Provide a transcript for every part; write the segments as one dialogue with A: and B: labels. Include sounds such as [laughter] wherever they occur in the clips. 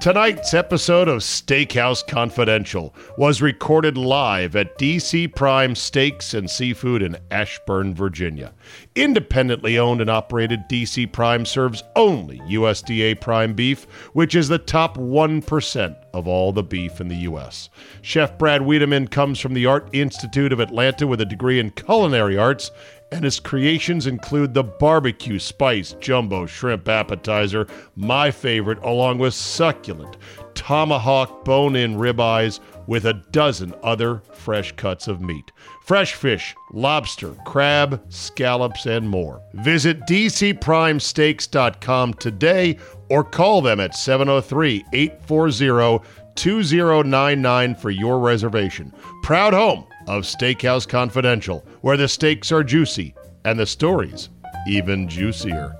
A: Tonight's episode of Steakhouse Confidential was recorded live at DC Prime Steaks and Seafood in Ashburn, Virginia. Independently owned and operated, DC Prime serves only USDA Prime beef, which is the top 1% of all the beef in the U.S. Chef Brad Wiedemann comes from the Art Institute of Atlanta with a degree in culinary arts and his creations include the barbecue spice jumbo shrimp appetizer, my favorite, along with succulent tomahawk bone in ribeyes with a dozen other fresh cuts of meat. Fresh fish, lobster, crab, scallops, and more. Visit dcprimesteaks.com today or call them at 703 840 2099 for your reservation. Proud home of Steakhouse Confidential, where the steaks are juicy and the stories even juicier.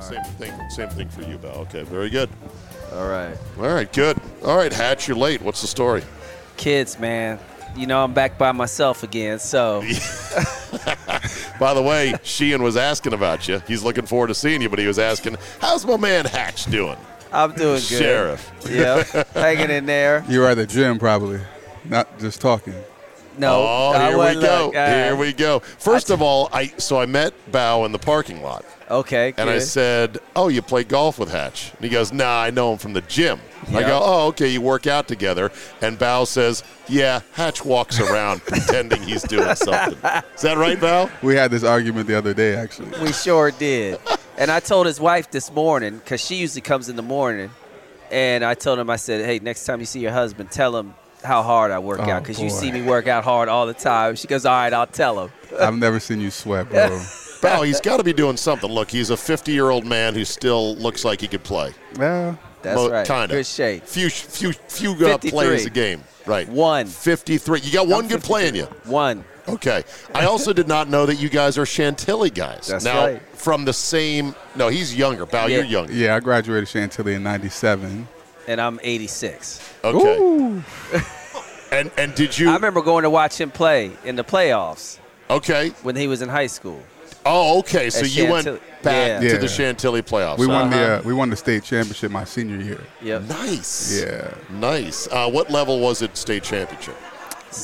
A: Same thing, same thing for you, Val. Okay, very good.
B: All right.
A: All right, good. All right, Hatch, you're late. What's the story?
B: Kids, man. You know I'm back by myself
A: [laughs]
B: again, so
A: By the [laughs] way, Sheehan was asking about you. He's looking forward to seeing you, but he was asking, "How's my man Hatch doing?"
B: I'm doing good.
A: Sheriff.
B: Yeah. Hanging in there.
C: You were at the gym probably, not just talking.
B: No.
A: oh,
B: I
A: here we
B: wasn't
A: go.
B: like, uh,
A: here we go. First of all, I so I met Bow in the parking lot,
B: Okay.
A: and I
B: good.
A: said, "Oh, you play golf with Hatch?" And he goes, "Nah, I know him from the gym." I
B: Yeah.
A: go, "Oh, okay, you work out together." And Bow says, "Yeah, Hatch walks
B: [laughs]
A: around pretending he's doing something." Is that right, Bow?
C: We had this argument the other day actually.
B: We sure did. And I told his wife this morning, because she usually comes in the morning, and I told him, I said, hey, next time you see your husband, tell him how hard I work
C: Oh,
B: out, 'cause out, because you
C: boy.
B: see me work out hard all the time. She goes, all right, I'll tell him.
C: I've never seen you
B: [laughs]
C: sweat, bro.
A: Bow, he's got to be doing something. Look, he's a 50-year-old man who still looks like he could play.
C: Yeah.
B: That's right.
A: Kind of.
B: Good shape.
A: Few, few, few uh,
B: 53.
A: plays a game. Right.
B: One.
A: 53. You got one good play in you.
B: One.
A: Okay. I also did not know that you guys are Chantilly guys.
B: That's
A: now,
B: right.
A: from the same. No, he's younger. Bow,
B: Yeah.
A: you're younger.
C: Yeah, I graduated Chantilly in '97.
B: And I'm 86.
A: Okay. And and did you?
B: I remember going to watch him play in the playoffs
A: okay.
B: when he was in high school.
A: Oh, okay. So
B: At
A: you
B: Chantilly.
A: went back
C: Yeah.
A: to
C: Yeah.
A: the Chantilly playoffs.
C: We
A: huh?
C: won the
B: Uh-huh.
C: uh, we won the state championship my senior year.
B: Yep.
A: Nice.
C: Yeah.
A: Nice. Uh, what level was it? State championship.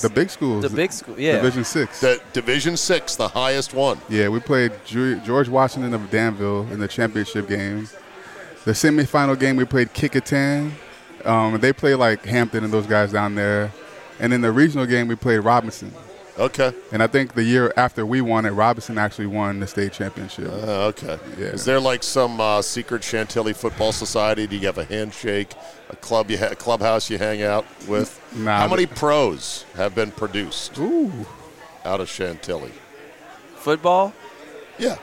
C: The big schools.
B: The big school, yeah.
C: Division six.
A: The Division Six, the highest one.
C: yeah, we played Ju- George Washington of Danville in the championship game. The semifinal game we played Kickatin. Um, they play like Hampton and those guys down there. And in the regional game we played Robinson.
A: Okay.
C: And I think the year after we won it, Robinson actually won the state championship.
A: Uh, okay.
C: Yeah.
A: Is there like some uh, secret Chantilly football society? Do you have a handshake, a club, you ha- a clubhouse you hang out with?
C: Nah,
A: How many
C: but-
A: pros have been produced
C: Ooh,
A: out of Chantilly?
B: Football?
A: Yeah.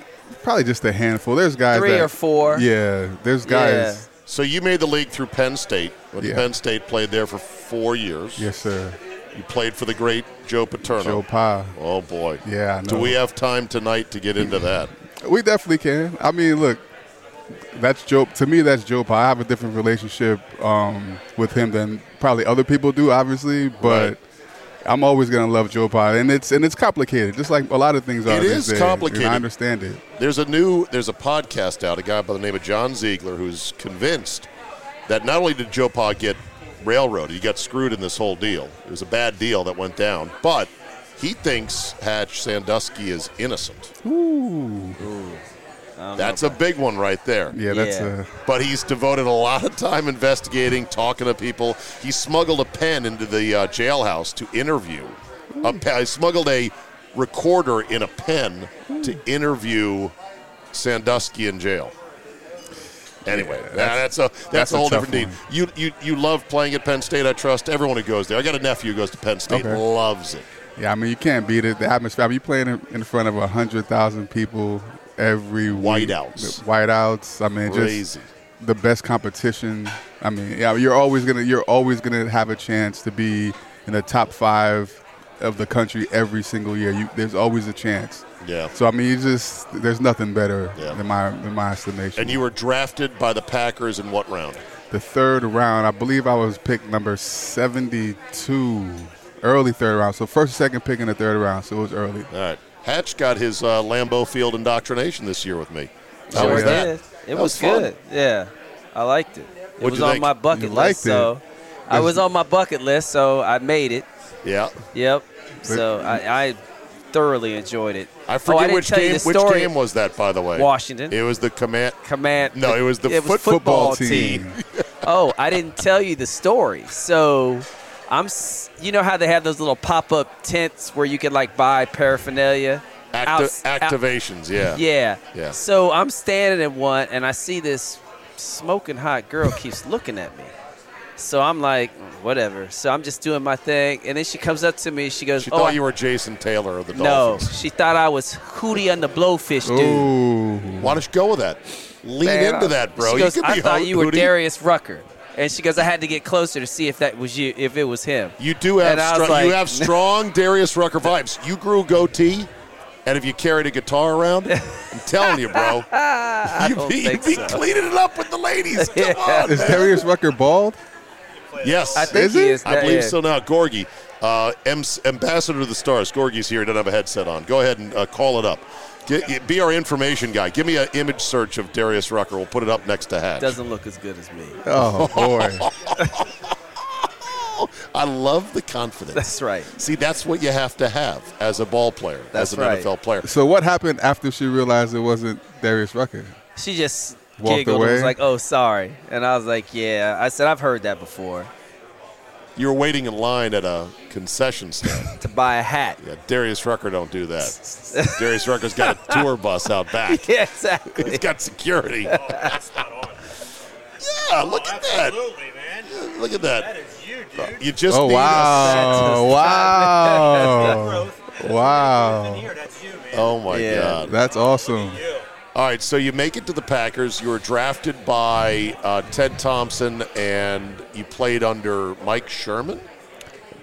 C: probably just a handful. There's guys
B: Three
C: that-
B: or four.
C: Yeah, there's guys.
A: So you made the league through Penn State. When
C: Yeah.
A: Penn State played there for four years.
C: Yes, sir.
A: You played for the great Joe Paterno.
C: Joe Pa.
A: Oh boy.
C: Yeah, I
A: Do
C: know.
A: we have time tonight to get into that?
C: We definitely can. I mean, look, that's Joe. To me, that's Joe Pa. I have a different relationship um, with him than probably other people do, obviously. But
A: Right.
C: I'm always gonna love Joe Pa, and it's and it's complicated, just like a lot of things are.
A: It
C: these
A: is
C: days,
A: complicated.
C: And I understand it.
A: There's a new there's a podcast out, a guy by the name of John Ziegler who's convinced that not only did Joe Pa get railroaded, he got screwed in this whole deal. It was a bad deal that went down, but he thinks Hatch Sandusky is innocent.
C: Ooh.
A: That's a big one right there.
C: Yeah, that's uh,
B: Yeah.
C: a.
A: But he's devoted a lot of time investigating, talking to people. He smuggled a pen into the uh, jailhouse to interview. A pe- he smuggled a recorder in a pen to interview Sandusky in jail. Anyway,
C: Yeah,
A: that's, a that's,
C: that's
A: a
C: a
A: whole
C: tough
A: different deal.
C: one.
A: You, you you love playing at Penn State. I trust everyone who goes there. I got a nephew who goes to Penn State.
C: Okay.
A: Loves it.
C: Yeah, I mean, you can't beat it. The atmosphere. I mean, you playing in in front of hundred thousand people every week.
A: Whiteouts.
C: The Whiteouts. I mean,
A: Crazy.
C: just the best competition. I mean, yeah, you're always gonna you're always gonna have a chance to be in the top five of the country every single year. You, there's always a chance.
A: Yeah.
C: So I mean, you just there's nothing better
A: Yeah.
C: in my in my estimation.
A: And you were drafted by the Packers in what round?
C: the third round, I believe I was picked number 72, early third round. So first, second pick in the third round. So it was early.
A: All right. Hatch got his uh, Lambeau Field indoctrination this year with me. How
B: Sure
A: was that?
B: did. It
D: was
B: was,
D: fun.
B: good. Yeah, I liked it. It
D: What'd
B: was
D: you
B: on
D: think?
B: my bucket
C: You
B: list,
C: liked it.
B: so I
C: That's-
B: was on my bucket list, so I made it.
D: Yeah.
B: Yep. So I, I thoroughly enjoyed it. Oh,
A: I forget
B: didn't
A: which
B: tell you
A: game.
B: the
A: Which
B: story.
A: game was that, by the way?
B: Washington.
A: It was the command.
B: Command.
A: No, it was the foot-
B: football, team. oh, I didn't tell you the story. So I'm, s- you know how they have those little pop up tents where you can like buy paraphernalia.
A: Acti-
B: Outs- out-
A: activations, yeah.
B: Yeah.
A: Yeah.
B: So I'm standing in one and I see this smoking hot girl keeps looking at me. So I'm like, whatever. So I'm just doing my thing. And then she comes up to me. She goes,
A: She
B: Oh,
A: thought
B: I-
A: you were Jason Taylor of the
B: no.
A: Dolphins.
B: She thought I was Hootie and the Blowfish, dude.
C: Ooh.
A: Why don't you go with that? Lean
B: Man,
A: into
B: I-
A: that, bro.
B: She goes,
A: you could
B: I
A: be
B: thought
A: Ho-
B: you were
A: Hootie.
B: Darius Rucker. And she goes, I had to get closer to see if that was you, if it was him.
A: You do have
B: And I was
A: str-
B: like-
A: you have strong Darius Rucker vibes. You grew goatee, and if you carried a guitar
B: [laughs]
A: around, I'm telling you, bro, you'd
B: don't
A: be, you'd
B: think
A: be
B: so.
A: cleaning it up with the ladies. Come
B: [laughs] Yeah.
A: on,
C: Is
A: man.
C: Darius Rucker bald?
A: yes,
B: I think
C: Is
B: he
C: it?
B: is.
A: I
B: that-
A: believe
B: yeah.
A: so now. Gorgie, uh, M- ambassador to the stars. Gorgie's here. He doesn't have a headset on. Go ahead and uh, call it up. Get, be our information guy. Give me an image search of Darius Rucker. We'll put it up next to Hatch.
B: Doesn't look as good
A: [laughs]
B: as me.
C: Oh boy.
A: Oh, I love the confidence.
B: [laughs] That's right.
A: See, that's what you have to have as a ball player,
B: That's
A: as an
B: right.
A: NFL player.
C: so what happened after she realized it wasn't Darius Rucker?
B: She just
C: Walked
B: giggled and was
C: away?
B: like, "Oh, sorry," and I was like, "Yeah." I said, "I've heard that before."
A: You were waiting in line at a concession stand.
B: To buy a hat.
A: yeah, Darius Rucker don't do that. Darius Rucker's got a tour bus out back.
B: [laughs] [laughs] Yeah,
A: He's
B: exactly.
A: got security.
E: Oh, that's not on.
A: Yeah, look at that.
E: Absolutely, man.
A: Look at
E: That
A: that.
E: is you, dude.
A: You just
C: Oh
A: need
C: wow! Wow!
A: [laughs]
E: In
C: Wow!
E: here, that's you, man.
A: A, oh my
B: Yeah.
A: God.
C: That's awesome.
E: You.
A: All right, so you make it to the Packers. You were drafted by uh, Ted Thompson, and you played under Mike Sherman,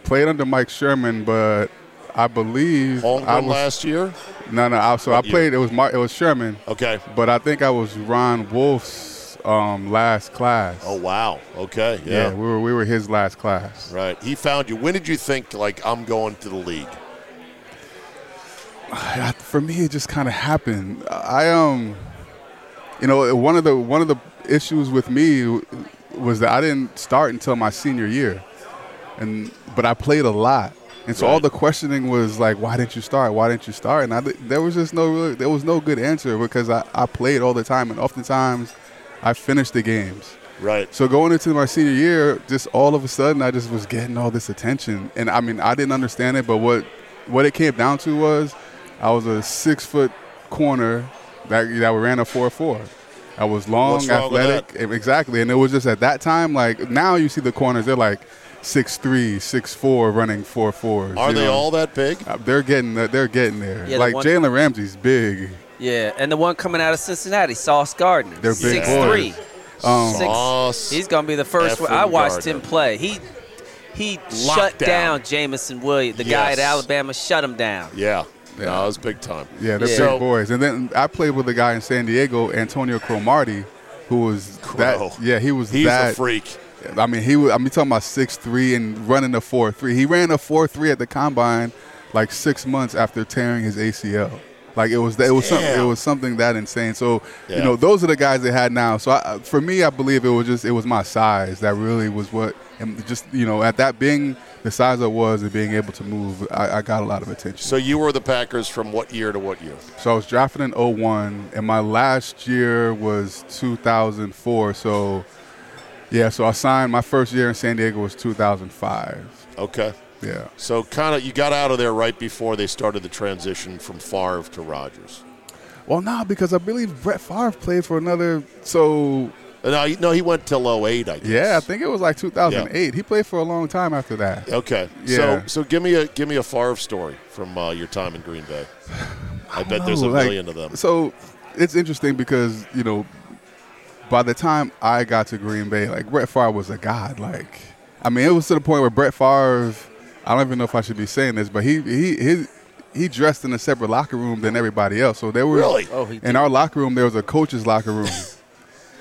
C: Played under Mike Sherman, but I believe I
A: homegrown
C: was
A: last year.
C: no no. I, so I
A: year?
C: played. It was Mar- it was Sherman,
A: Okay.
C: but I think I was Ron Wolf's um, last class.
A: Oh wow. Okay.
C: yeah.
A: Yeah.
C: we were we were his last class.
A: Right. He found you. When did you think like I'm going to the league?
C: I- for me, it just kind of happened. I um, you know, one of the one of the issues with me w- was that I didn't start until my senior year, and but I played a lot, and so all
A: Right.
C: the questioning was like, why didn't you start? Why didn't you start? And I di- there was just no really, there was no good answer because I, I played all the time, and oftentimes I finished the games.
A: Right.
C: So going into my senior year, just all of a sudden, I just was getting all this attention, and I mean, I didn't understand it, but what what it came down to was, I was a six foot corner that that ran a four four. I was long,
A: What's wrong with
C: athletic, exactly, and it was just at that time. Like now, you see the corners; they're like six three, six four, running four fours.
A: Are
C: you
A: they
C: know?
A: all that big?
C: Uh, They're getting they're getting there.
B: Yeah, the
C: like
B: one-
C: Jalen Ramsey's big.
B: yeah, and the one coming out of Cincinnati, Sauce Gardner,
C: They're big
B: six three.
C: boys. Um,
B: Six-
A: Sauce
B: He's gonna be the first one. I
A: effing
B: watched him
A: Gardner.
B: play. He he
A: Locked
B: shut
A: down.
B: down Jamison Williams, the guy at
A: Yes.
B: Alabama. Shut him down.
A: Yeah.
C: Yeah.
A: No, it was big time.
C: Yeah, they're
B: Yeah.
A: So-
C: big boys. And then I played with a guy in San Diego, Antonio Cromartie, who was
A: Crow.
C: that. Yeah, he was
A: He's
C: that.
A: a freak.
C: I mean, he was. I mean, talking about six three and running a four three. He ran a four three at the combine, like six months after tearing his ACL. Like it was. That, it was something.
A: Damn.
C: It was something that insane. So
A: Yeah.
C: you know, those are the guys they had now. So I, for me, I believe it was just it was my size that really was what, and just you know, at that being the size I was and being able to move, I, I got a lot of attention.
A: So you were the Packers from what year to what year?
C: So I was drafted in 01, and my last year was 2004. So, yeah, so I signed my first year in San Diego was 2005.
A: Okay.
C: Yeah.
A: So kind of you got out of there right before they started the transition from Favre to Rodgers.
C: Well, no, because I believe Brett Favre played for another. So,
A: Uh, No, he, no, he went till 08, I guess.
C: yeah, I think it was like 2008. He played for a long time after that.
A: Okay.
C: Yeah.
A: So so give me a give me a Favre story from uh, your time in Green
C: [sighs]
A: Bay. I, bet there's a
C: know, Oh, like-
A: million of them.
C: So it's interesting because you know, by the time I got to Green Bay, like Brett Favre was a god. Like, I mean, it was to the point where Brett Favre, I don't even know if I should be saying this, but he he his, he dressed in a separate locker room than everybody else. So there were
A: Really?
B: Oh, he did.
C: in our locker room there was a coach's locker
A: [laughs]
C: room,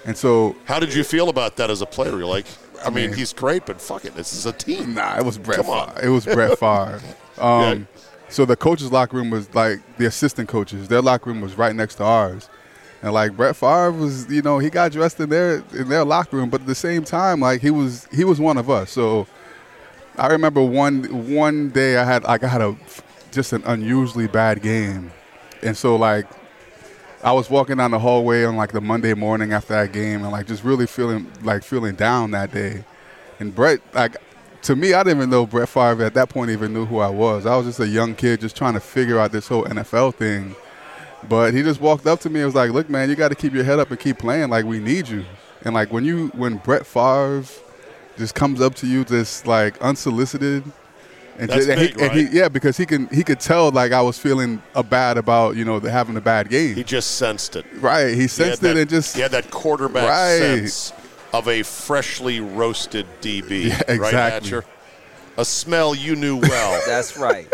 C: and so
A: How did you feel about that as a player? You're like, I, mean,
C: mean-
A: he's great, but fuck it, this is a team.
C: [laughs] Nah, it was Brett.
A: Come on.
C: Favre. It was
A: [laughs]
C: Brett Favre. Um, So the coaches' locker room was like the assistant coaches. Their locker room was right next to ours, and And like Brett Favre was, you know, he got dressed in their in their locker room, but at the same time, like he was he was one of us. So I remember one one day I had like I had a just an unusually bad game, and so like I was walking down the hallway on like the Monday morning after that game, and like just really feeling like feeling down that day. And Brett, like to me, I didn't even know Brett Favre at that point even knew who I was. I was just a young kid just trying to figure out this whole NFL thing. But he just walked up to me and was like, "Look, man, you got to keep your head up and keep playing. Like we need you." And like when you when Brett Favre just comes up to you just like unsolicited, and,
A: That's
C: ju- and he-
A: big,
C: and he-
A: right?
C: yeah, because he can he could tell like I was feeling a bad about you know the, having a bad game.
A: He just sensed it.
C: right, he
A: He had
C: sensed
A: that-
C: it and just
A: he had that quarterback
C: Right.
A: sense of a freshly roasted DB.
C: Yeah,
A: Right,
C: exactly.
A: Hatcher? A smell you knew
C: [laughs]
A: well.
B: That's
A: [laughs]
B: right.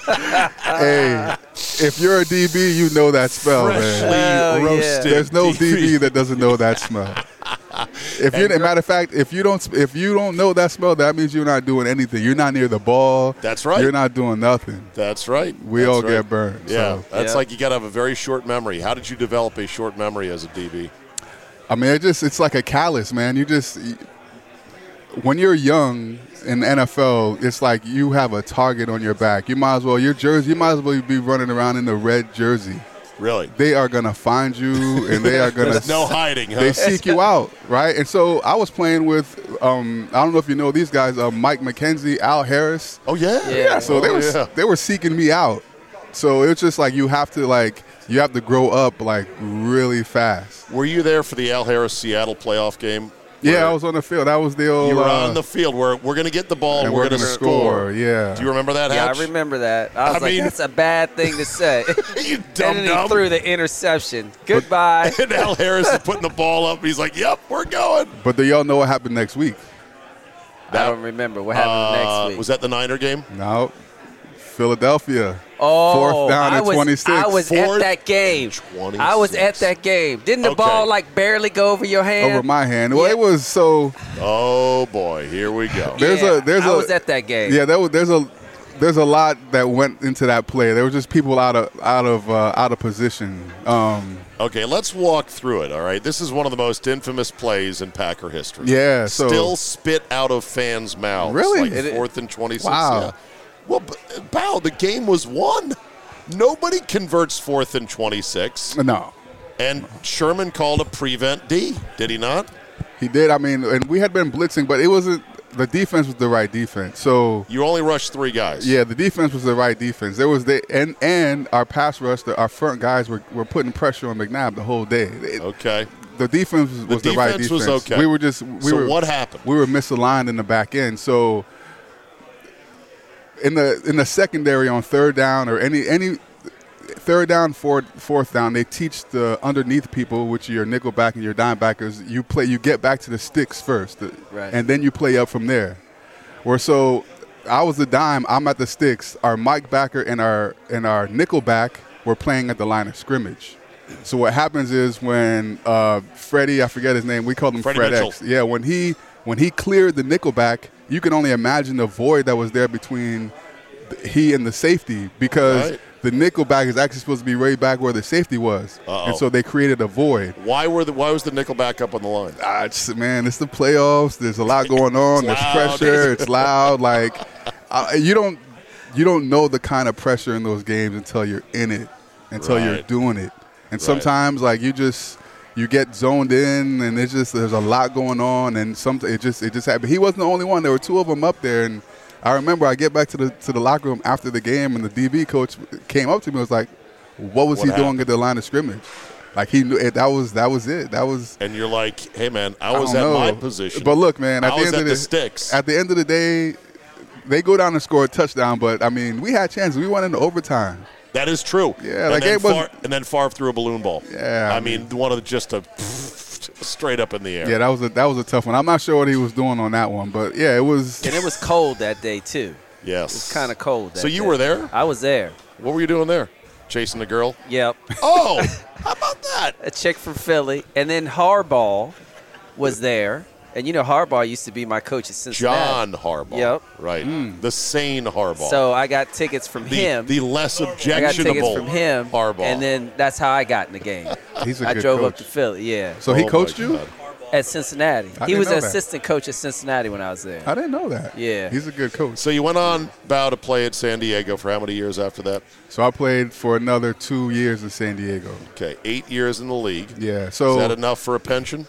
C: hey, if you're a DB, you know that smell,
A: freshly
C: man.
B: Hell yeah.
A: roasted.
C: There's no
A: DB.
C: DB that doesn't know that smell. If you, matter of fact, if you don't, if you don't know that smell, that means you're not doing anything. You're not near the ball.
A: That's right.
C: You're not doing nothing.
A: That's right.
C: We
A: That's
C: all
A: right.
C: get burned.
A: Yeah,
C: So,
A: that's
B: Yeah.
A: like you got to have a very short memory. How did you develop a short memory as a DB?
C: I mean, it just it's like a callus, man. You just when you're young in the NFL, it's like you have a target on your back. You might as well your jersey. You might as well be running around in the red jersey.
A: Really?
C: They are gonna find you, and they
A: [laughs]
C: are gonna
A: There's no hiding, huh? [laughs]
C: they seek you out, right? And so I was playing with, um, I don't know if you know these guys, uh, Mike McKenzie, Al Harris.
A: oh yeah.
B: Yeah.
C: Yeah, so they
A: Oh,
C: were
A: yeah.
C: they were seeking me out. So it was just like you have to like you have to grow up like really fast.
A: Were you there for the Al Harris Seattle playoff game? Where
C: Yeah, I was on the field. That was the old.
A: You were
C: uh,
A: on the field where we're going to get the ball
C: and
A: and we're, going to
C: gonna
A: score.
C: Yeah.
A: Do you remember that?
B: Yeah,
A: Hatch?
B: I remember that. I was
A: I
B: like,
A: mean-
B: that's a bad thing to say.
A: [laughs] you
B: [laughs]
A: [laughs]
B: and
A: dumb
B: then
A: dumb.
B: he threw the interception.
A: [laughs]
B: Goodbye.
A: and Al Harris is putting the ball up. He's like, "Yep, we're going."
C: but do y'all know what happened next week?
B: I don't remember what happened
A: Uh,
B: next week.
A: Was that the Niner game?
C: No, Philadelphia.
B: oh,
C: fourth down
B: I
C: at
B: was,
C: 26.
B: I was
A: Fourth
B: at that game.
A: and
B: I was at
A: 26.
B: that game. Didn't the
A: Okay.
B: ball like barely go over your hand?
C: over my hand. Well,
B: Yeah.
C: it was so.
A: Oh boy, here we
B: [laughs]
A: go.
C: There's
B: Yeah,
C: a there's
B: I
C: a
B: was at that game.
C: Yeah, there was, there's a there's a lot that went into that play. There were just people out of out of uh, out of position. Um,
A: Okay, let's walk through it. All right, this is one of the most infamous plays in Packer history.
C: Yeah, so-
A: still spit out of fans' mouths.
C: Really?
A: like
C: It-
A: fourth and twenty-six.
C: Wow.
A: Yeah. Well, b- Bow, the game was won. Nobody converts fourth and twenty-six,
C: no,
A: and Sherman called a prevent D. Did he not?
C: he did. I mean, and we had been blitzing, but it wasn't the defense was the right defense. So
A: You only rushed three guys.
C: yeah, the defense was the right defense. There was the and and our pass rush, the, our front guys were, were putting pressure on McNabb the whole day. It-
A: Okay.
C: The defense was the, right
A: defense
C: defense.
A: was okay.
C: We were just we
A: so
C: were
A: what happened?
C: we were misaligned in the back end. So in the in the secondary on third down or any any third down, fourth fourth down, they teach the underneath people, which are your nickel back and your dime backers, you play you get back to the sticks first.
B: Right.
C: And then you play up from there. Where so I was the dime, I'm at the sticks, our Mike backer and our and our nickel back were playing at the line of scrimmage. So what happens is when uh, Freddie, I forget his name, we called him
A: Freddie
C: Fred
A: Mitchell.
C: X. Yeah, when he when he cleared the nickelback, you can only imagine the void that was there between th- he and the safety because
A: Right.
C: the nickelback is actually supposed to be right back where the safety was, and so they created a void.
A: Why were the Why was the Nickelback up on the line?
C: Ah, it's, man, it's the playoffs. There's a lot going on. There's
A: loud.
C: pressure. It's loud. Like uh, you don't you don't know the kind of pressure in those games until you're in it, until you're
A: Right.
C: doing it. And sometimes like you just you get zoned in, and it's just there's a lot going on, and some it just it just happened. He wasn't the only one. There were two of them up there, and I remember I get back to the to the locker room after the game, and the DB coach came up to me and was like, "What was
A: What
C: he
A: happened?
C: doing at the line of scrimmage?" Like he knew it, that was that was it. That was
A: And you're like, Hey man, I
C: I
A: was at
C: don't
A: Oh, my
C: know.
A: position.
C: But look, man, at
A: I
C: the
A: was
C: end
A: at
C: of
A: the sticks.
C: At the end of the day, they go down and score a touchdown. But I mean, we had chances. We went into overtime.
A: That is true.
C: Yeah,
A: and
C: like,
A: then
C: it wasn't-
A: Favre- and then Favre threw a balloon ball.
C: Yeah,
A: I
C: I
A: mean, one of the, just a straight up in the air.
C: Yeah, that was a that was a tough one. I'm not sure what he was doing on that one, but yeah, it was.
B: And it was cold that day too.
A: yes,
B: It's kind of cold. That
A: So you
B: day.
A: were there?
B: I was there.
A: What were you doing there? Chasing a
C: [laughs]
A: girl?
B: Yep.
A: Oh, how about that?
B: A chick from Philly, and then Harbaugh was there. And you know, Harbaugh used to be my coach at Cincinnati.
A: John Harbaugh.
B: Yep.
A: Right.
C: Hmm.
A: The sane Harbaugh.
B: So I got tickets from
A: the,
B: him.
A: the less
B: I got tickets
A: objectionable
B: from him.
A: Harbaugh.
B: And then that's how I got in the game.
C: He's a
B: I
C: good
B: drove
C: coach.
B: up to Philly, yeah,
C: so he
A: Oh my
C: coached you?
A: God.
B: at Cincinnati.
C: I
B: he
C: didn't
B: was
C: know
B: an
C: that.
B: assistant coach at Cincinnati when I was there.
C: I didn't know that.
B: Yeah.
C: He's a good coach.
A: So you went on bow to play at San Diego for how many years after that?
C: So I played for another two years in San Diego.
A: Okay, eight years in the league.
C: Yeah.
A: Is
C: So
A: that enough for a pension?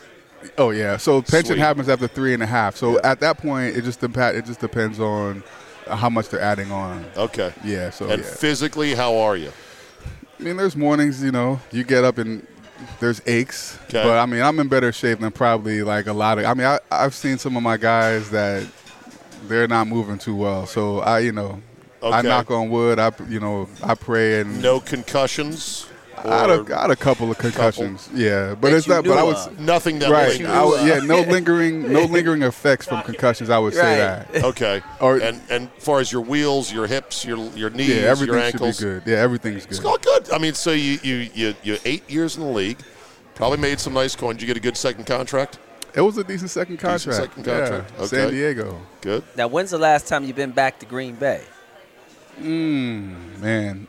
C: Oh yeah. So pension
A: Sweet.
C: happens after three and a half. So at that point, it just depends. It just depends on how much they're adding on.
A: Okay.
C: Yeah. So
A: and
C: yeah.
A: physically, how are you?
C: I mean, there's mornings. You know, you get up and there's aches.
A: 'Kay.
C: But I mean, I'm in better shape than probably like a lot of. I mean, I, I've seen some of my guys that they're not moving too well. So I, you know. I
A: Okay.
C: knock on wood. I, p- you know, I pray and
A: No concussions?
C: I, had
A: Or
C: a, I had a couple of concussions. Yeah, but
B: That
C: it's
B: you
C: not. But
B: knew
C: I was
B: of.
A: nothing that
C: right.
A: lingers?
C: I would- yeah, no lingering, no lingering effects from concussions. I would say
B: Right.
A: [laughs]
C: that.
A: Okay.
C: [laughs] Or-
A: and and far as your wheels, your hips, your your knees,
C: Yeah, everything
A: your
C: should
A: ankles,
C: be good. Yeah, everything's good.
A: it's all good. I mean, so you you you you eight years in the league, probably made some nice coin. Did you get a good second contract?
C: It was a decent second contract.
A: second contract.
C: Yeah, San
A: Okay.
C: Diego.
A: Good.
B: Now, when's the last time you've been back to Green Bay?
C: Oh, Man,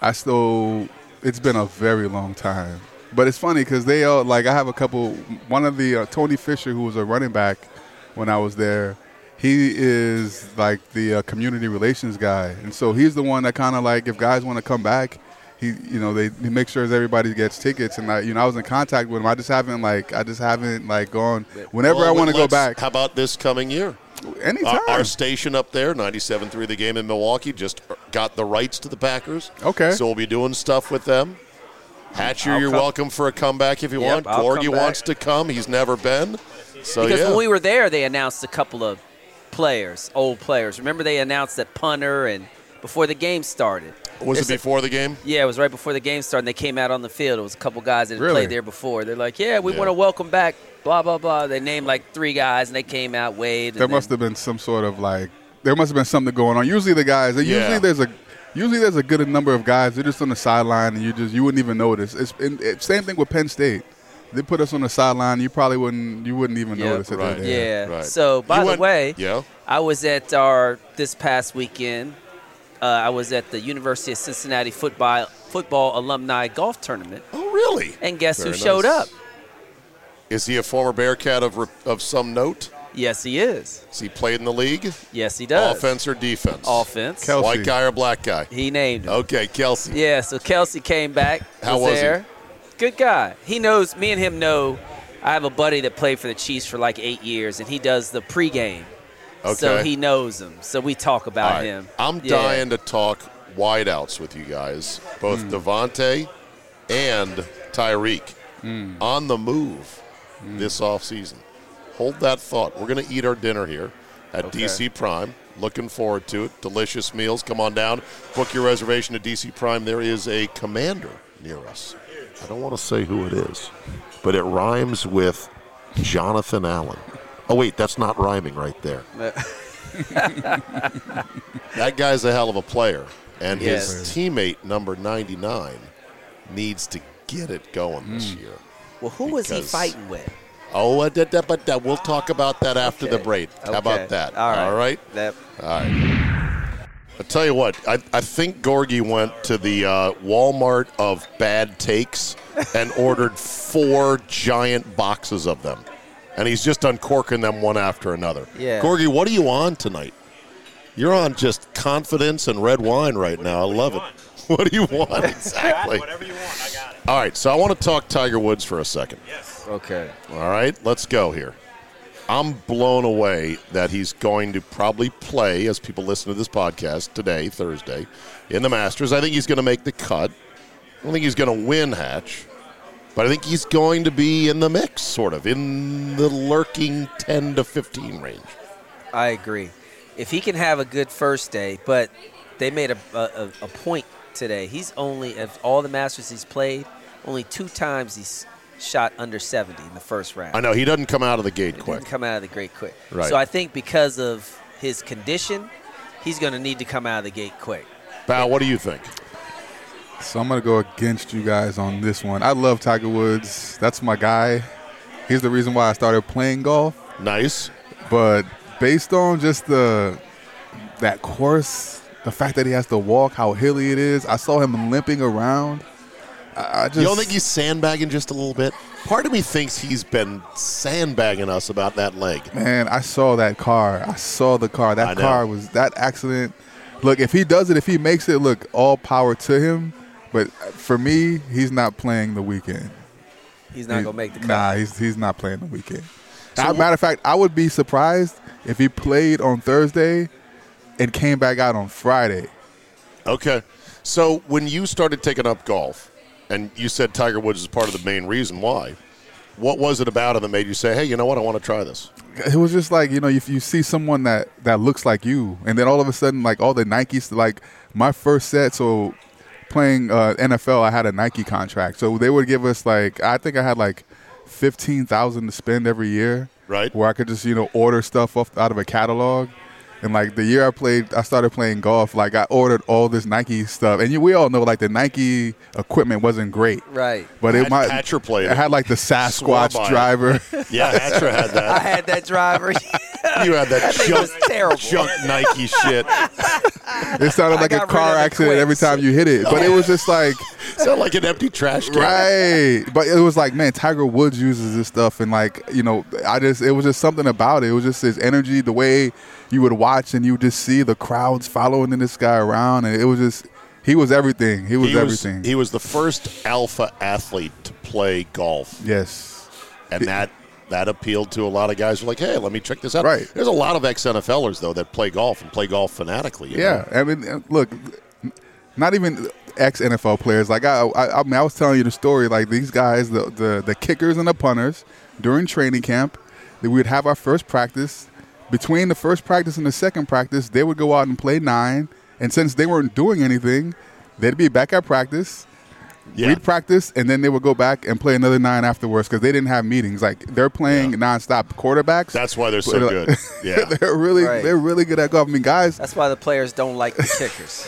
C: I still. It's been a very long time, but it's funny because they all like I have a couple. One of the uh, Tony Fisher, who was a running back when I was there, he is like the uh, community relations guy, and so he's the one that kind of like if guys want to come back. He, you know, they he makes sure that everybody gets tickets, and I, you know, I was in contact with him. I just haven't like, I just haven't like gone. Whenever
A: Well,
C: I want to go
A: let's-
C: back,
A: How about this coming year?
C: anytime.
A: Uh, Our, our station up there, 97.3 The Game in Milwaukee, just got the rights to the Packers.
C: Okay.
A: So we'll be doing stuff with them. Hatcher,
B: I'll
A: you're
B: come-
A: welcome for a comeback if you
B: Yep,
A: want.
B: I'll come
A: Gorgie
B: back.
A: wants to come. He's never been. So,
B: Because
A: yeah.
B: when we were there, they announced a couple of players, old players. Remember, they announced that punter and before the game started.
A: was it
B: It's a-
A: before the game?
B: Yeah, it was right before the game started. And they came out on the field. It was a couple guys that had
C: Really?
B: played there before. They're like, "Yeah, we
A: Yeah.
B: want to welcome back." Blah blah blah. They named like three guys, and they came out. Wade. and
C: There
B: then-
C: must have been some sort of like there must have been something going on. Usually the guys,
A: Yeah.
C: usually there's a usually there's a good number of guys. They're just on the sideline and you just you wouldn't even notice. It's and it, same thing with Penn State. They put us on the sideline. You probably wouldn't you wouldn't even
B: Yeah,
C: notice that
A: right.
C: they're there.
B: Yeah.
A: Right.
B: So, by
A: You
B: the
A: went-
B: way,
A: Yeah.
B: I was at our this past weekend. Uh, I was at the University of Cincinnati football football alumni golf tournament,
A: Oh, really?
B: and guess
A: Very
B: who showed
A: nice.
B: up?
A: Is he a former Bearcat of, re- of some note?
B: Yes, he is.
A: Has he played in the league?
B: Yes, he does.
A: Offense or defense?
B: Offense.
C: Kel-
A: White guy or black guy?
B: he named him.
A: Okay, Kelsey.
B: Yeah, so Kelsey came back.
A: Oh. How was he?
B: there. Good guy. He knows. Me and him know. I have a buddy that played for the Chiefs for like eight years, and he does the pregame. So
A: Okay.
B: he knows him. So we talk
A: All
B: about
A: right.
B: him.
A: I'm
B: Yeah.
A: dying to talk wideouts with you guys, both
B: Hmm.
A: Devontae and Tyreek
B: Hmm.
A: on the move this offseason. Hold that thought. We're going to eat our dinner here at DC Prime. Looking forward to it. Delicious meals. Come on down. Book your reservation at DC Prime. There is a commander near us. I don't want to say who it is, but it rhymes with Jonathan Allen. Oh, wait, that's not rhyming right
B: [laughs]
A: there. That guy's a hell of a player, and his
B: Yes.
A: teammate number 99 needs to get it going this
B: Hmm.
A: year.
B: Well, who was he
A: Because-
B: fighting with?
A: Oh, uh, da, da, ba, da. we'll talk about that after the
B: Okay.
A: break. How
B: Okay.
A: about that?
B: All right.
A: All right.
B: That,
A: I tell you what, I, I think Gorgie went to the uh, Walmart of bad takes and ordered four giant boxes of them. And he's just uncorking them one after another.
B: Yeah.
A: Gorgie, what are you on tonight? You're on just confidence and red wine right now. I love it. [laughs] What do you want exactly?
E: Whatever you want, I got it.
A: All right, so I want to talk Tiger Woods for a second.
E: Yes.
B: okay.
A: All right, let's go here. I'm blown away that he's going to probably play, as people listen to this podcast today, Thursday, in the Masters. I think he's going to make the cut. I don't think he's going to win Hatch, but I think he's going to be in the mix, sort of, in the lurking 10 to 15 range.
B: I agree. If he can have a good first day, but they made a, a, a- a point today. He's only, of all the Masters he's played, only two times he's shot under 70 in the first round.
A: I know he doesn't come out of the gate
B: It
A: quick.
B: Didn't come out of the gate quick.
A: Right.
B: So I think because of his condition, he's going to need to come out of the gate quick.
A: Bow, what do you think?
C: So I'm gonna go against you guys on this one. I love Tiger Woods. That's my guy. He's the reason why I started playing golf.
A: Nice.
C: But based on just the that course, the fact that he has to walk, how hilly it is, I saw him limping around. I, I just
A: You don't think he's sandbagging just a little bit? Part of me thinks he's been sandbagging us about that leg.
C: man, I saw that car. I saw the car.
A: I
C: That
A: know.
C: car was that accident. Look, if he does it, if he makes it, look, all power to him. But for me, he's not playing the weekend.
B: He's not gonna make the cut.
C: Nah, he's he's not playing the weekend. Now, matter of fact, I would be surprised if he played on Thursday and came back out on Friday.
A: Okay. So when you started taking up golf, and you said Tiger Woods is part of the main reason why, what was it about him that made you say, hey, you know what, I want to try this?
C: It was just like you know, if you see someone that that looks like you, and then all of a sudden, like all the Nikes, like my first set, so playing uh, NFL, I had a Nike contract, so they would give us like I think I had like fifteen thousand to spend every year,
A: Right.
C: Where I could just you know order stuff off out of a catalog. And like the year I played, I started playing golf. Like I ordered all this Nike stuff, and you, we all know like the Nike equipment wasn't great,
B: Right.
C: But
A: Had
C: it might
A: Hatcher played
C: It
A: it.
C: had like the
A: by
C: Sasquatch
A: it.
C: driver.
A: Yeah, Hatcher had
B: I
A: that.
B: had that
A: [laughs]
B: driver. [laughs]
A: You had that
B: It
A: junk,
B: was terrible.
A: junk Nike shit.
C: It sounded
B: I
C: like a
B: got rid
C: car
B: of it
C: accident
B: quick.
C: every time you hit it. But it was
B: [laughs]
C: just like,
A: [laughs] Sound like an empty trash can.
C: right. But it was like, man, Tiger Woods uses this stuff. And like, you know, I just, it was just something about it. It was just his energy, the way you would watch and you would just see the crowds following this guy around. And it was just, he was everything. He was
A: He was,
C: everything.
A: he was the first alpha athlete to play golf.
C: yes.
A: and that that appealed to a lot of guys. Who are like, hey, let me check this out.
C: Right.
A: There's a lot of ex NFLers though that play golf and play golf fanatically. you
C: Yeah,
A: know?
C: I mean, uh, look, not even ex NFL players. Like I, I, I mean, I was telling you the story. Like these guys, the the, the kickers and the punters during training camp, that we would have our first practice. Between the first practice and the second practice, they would go out and play nine. And since they weren't doing anything, they'd be back at practice.
A: Yeah.
C: We'd practice, and then they would go back and play another nine afterwards because they didn't have meetings. Like they're playing nonstop quarterbacks.
A: That's why they're so good. [laughs] Yeah.
C: [laughs] they're really
B: Right.
C: they're really good at golf. I mean, guys,
B: That's why the players don't like the kickers,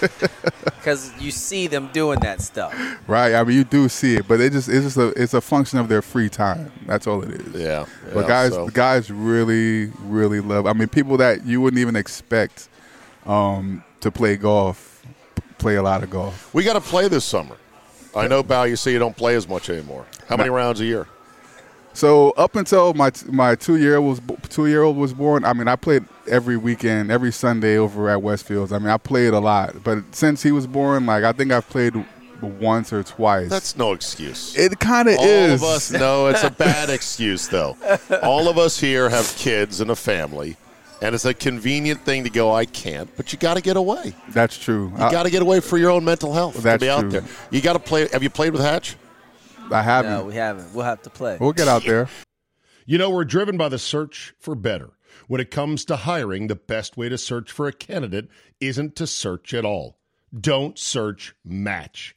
B: because you see them doing that stuff.
C: Right. I mean, you do see it, but it just it's just a it's a function of their free time. That's all it is.
A: Yeah.
C: But
A: Yeah,
C: guys,
A: so-
C: guys really really love. I mean, people that you wouldn't even expect um, to play golf p- play a lot of golf.
A: We got to play this summer. I know, Bow. You say you don't play as much anymore. How many rounds a year?
C: So up until my t- my two year was two year old was born. I mean, I played every weekend, every Sunday over at Westfields. I mean, I played a lot. But since he was born, like I think I've played once or twice.
A: That's no excuse.
C: it. Kind of
A: All
C: is.
A: of us know it's a bad excuse, [laughs] though. All of us here have kids and a family, and it's a convenient thing to go. I can't, but you got to get away.
C: That's true.
A: You got to get away for your own mental health.
C: That's
A: to be out
C: true.
A: there. You got to play. Have you played with Hatch?
C: I, I haven't.
B: No, we haven't. We'll have to play.
C: We'll get out there.
D: You know, we're driven by the search for better. When it comes to hiring, the best way to search for a candidate isn't to search at all. Don't search match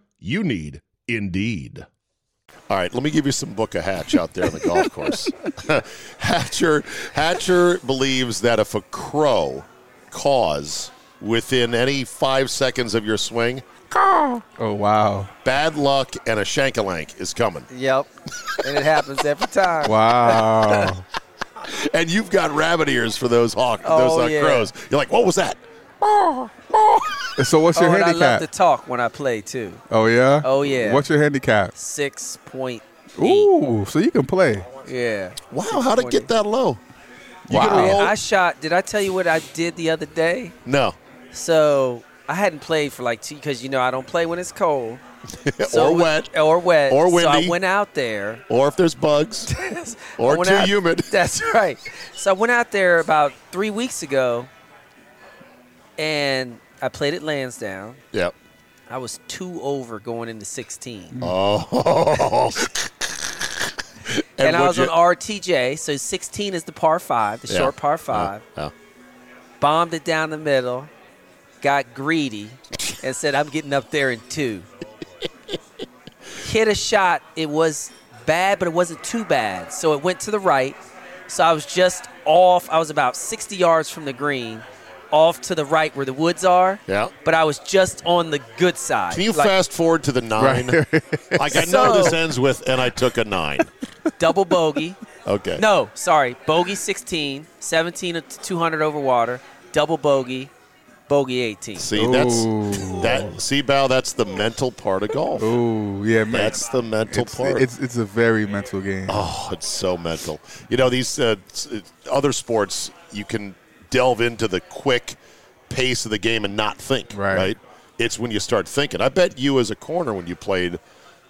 D: You need Indeed.
A: All right, let me give you some book of Hatch out there on the golf course. [laughs] Hatcher Hatcher believes that if a crow caws within any five seconds of your swing,
C: Oh wow!
A: bad luck and a shankalank is coming.
B: Yep, and it happens every time.
C: Wow!
A: And you've got rabbit ears for those hawk those
B: Oh,
A: uh,
B: yeah.
A: crows. You're like, what was that?
C: so what's
B: Oh,
C: your
B: and I love
C: handicap?
B: to talk when I play too.
C: oh yeah.
B: Oh, yeah.
C: What's your handicap?
B: Six point eight.
C: Ooh, so you can play.
B: Yeah.
A: Wow, how'd it
B: 620.
A: get that low? You
C: Wow.
A: can
B: And
A: roll
B: [laughs] I shot. Did I tell you what I did the other day?
A: No.
B: So I hadn't played for like two because you know I don't play when it's cold So
A: or
B: when-
A: wet,
B: or wet
A: Or
B: So
A: windy.
B: I went out there
A: or if there's bugs,
B: I
A: or
B: went
A: too
B: out-
A: humid.
B: [laughs] That's right. So I went out there about three weeks ago, and I played at Lansdowne.
A: yeah.
B: I was two over going into 16.
A: Mm. Oh. [laughs]
B: and I
A: what'd
B: was
A: you-
B: on RTJ, so 16 is the par five, the
A: Yeah.
B: short par
A: Yeah.
B: five.
A: Yeah.
B: Bombed it down the middle, got greedy, and said, I'm getting up there in two. Hit a shot. It was bad, but it wasn't too bad. So it went to the right. So I was just off. I was about 60 yards from the green, off to the right where the woods are.
A: Yeah.
B: But I was just on the good side.
A: Can you
B: Like,
A: fast forward to the nine? like I
B: [laughs]
A: know
B: So-
A: this ends with, and I took a nine. [laughs]
B: double bogey.
A: Okay.
B: No, sorry. Bogey 16, 17 of 200 over water, double bogey, bogey 18.
A: See, that's
C: Ooh.
A: that. See, Bow, that's the mental part of golf.
C: Oh yeah, man.
A: That's the mental
C: it's,
A: part.
C: It's it's a very mental game.
A: Oh, it's so mental. You know, these uh, s- uh, other sports, you can delve into the quick pace of the game and not think,
C: Right.
A: right? It's when you start thinking. I bet you, as a corner, when you played,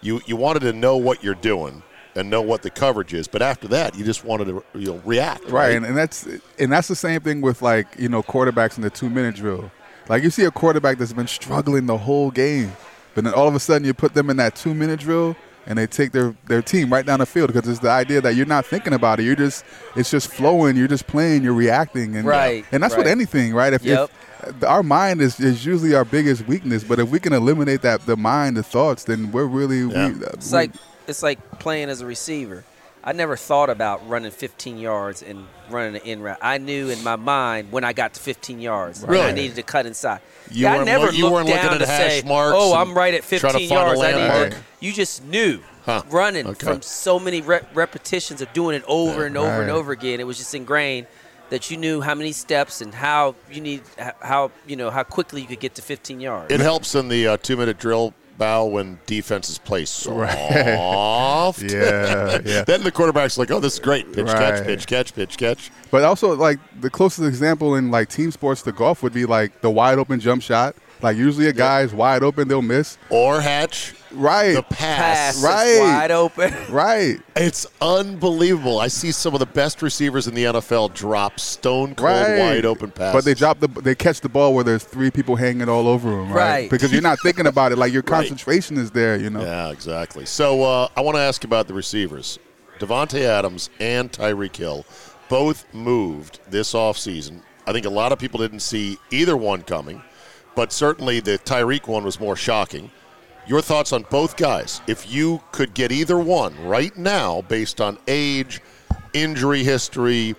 A: you, you wanted to know what you're doing and know what the coverage is. But after that, you just wanted to you know, react.
C: Right, and, and that's and that's the same thing with like you know quarterbacks in the two minute drill. Like you see a quarterback that's been struggling the whole game, but then all of a sudden you put them in that two minute drill and they take their their team right down the field because it's the idea that you're not thinking about it. You're just it's just flowing. You're just playing. You're reacting. And,
B: Right,
C: and that's with
B: right.
C: anything, right? If,
B: Yep.
C: if our mind is, is usually our biggest weakness, but if we can eliminate that the mind, the thoughts, then we're really
A: Yeah.
C: we, uh,
B: It's like it's like playing as a receiver. I never thought about running 15 yards and running an in route. I knew in my mind when I got to 15 yards that I
A: Really?
B: needed to cut inside.
A: You
B: yeah, I
A: weren't
B: never
A: look- you
B: looked
A: weren't looking
B: down
A: at
B: to
A: hash
B: say,
A: marks
B: "Oh,
A: and
B: I'm right at
A: trying to
B: 15
A: find a
B: yards." I need
A: landmark.
B: to. You just knew
A: Huh.
B: running
A: Okay.
B: from so many rep- repetitions of doing it over and over
C: Right.
B: and over again. It was just ingrained that you knew how many steps and how you need h- how you know how quickly you could get to 15 yards.
A: It helps in the uh, two minute drill bow when defenses
C: [laughs]
A: play soft.
C: yeah, yeah.
A: Then the quarterback's like, oh, this is great. Pitch,
C: Right.
A: catch, pitch, catch, pitch, catch.
C: But also, like the closest example in like team sports to golf would be like the wide open jump shot. Like usually a guy's wide open, they'll miss.
A: Or hatch.
C: Right,
A: The pass.
B: Pass is
C: Right.
B: wide open.
C: [laughs]
B: [laughs]
C: right,
A: It's unbelievable. I see some of the best receivers in the NFL drop stone cold
C: right.
A: wide open passes.
C: But they drop the, they catch the ball where there's three people hanging all over them. Right.
B: Right.
C: Because you're not thinking about it. Like your
A: [laughs] Right.
C: concentration is there. You know.
A: Yeah, exactly. So uh, I want to ask about the receivers. Devontae Adams and Tyreek Hill both moved this offseason. I think a lot of people didn't see either one coming, but certainly the Tyreek one was more shocking. Your thoughts on both guys? If you could get either one right now based on age, injury history,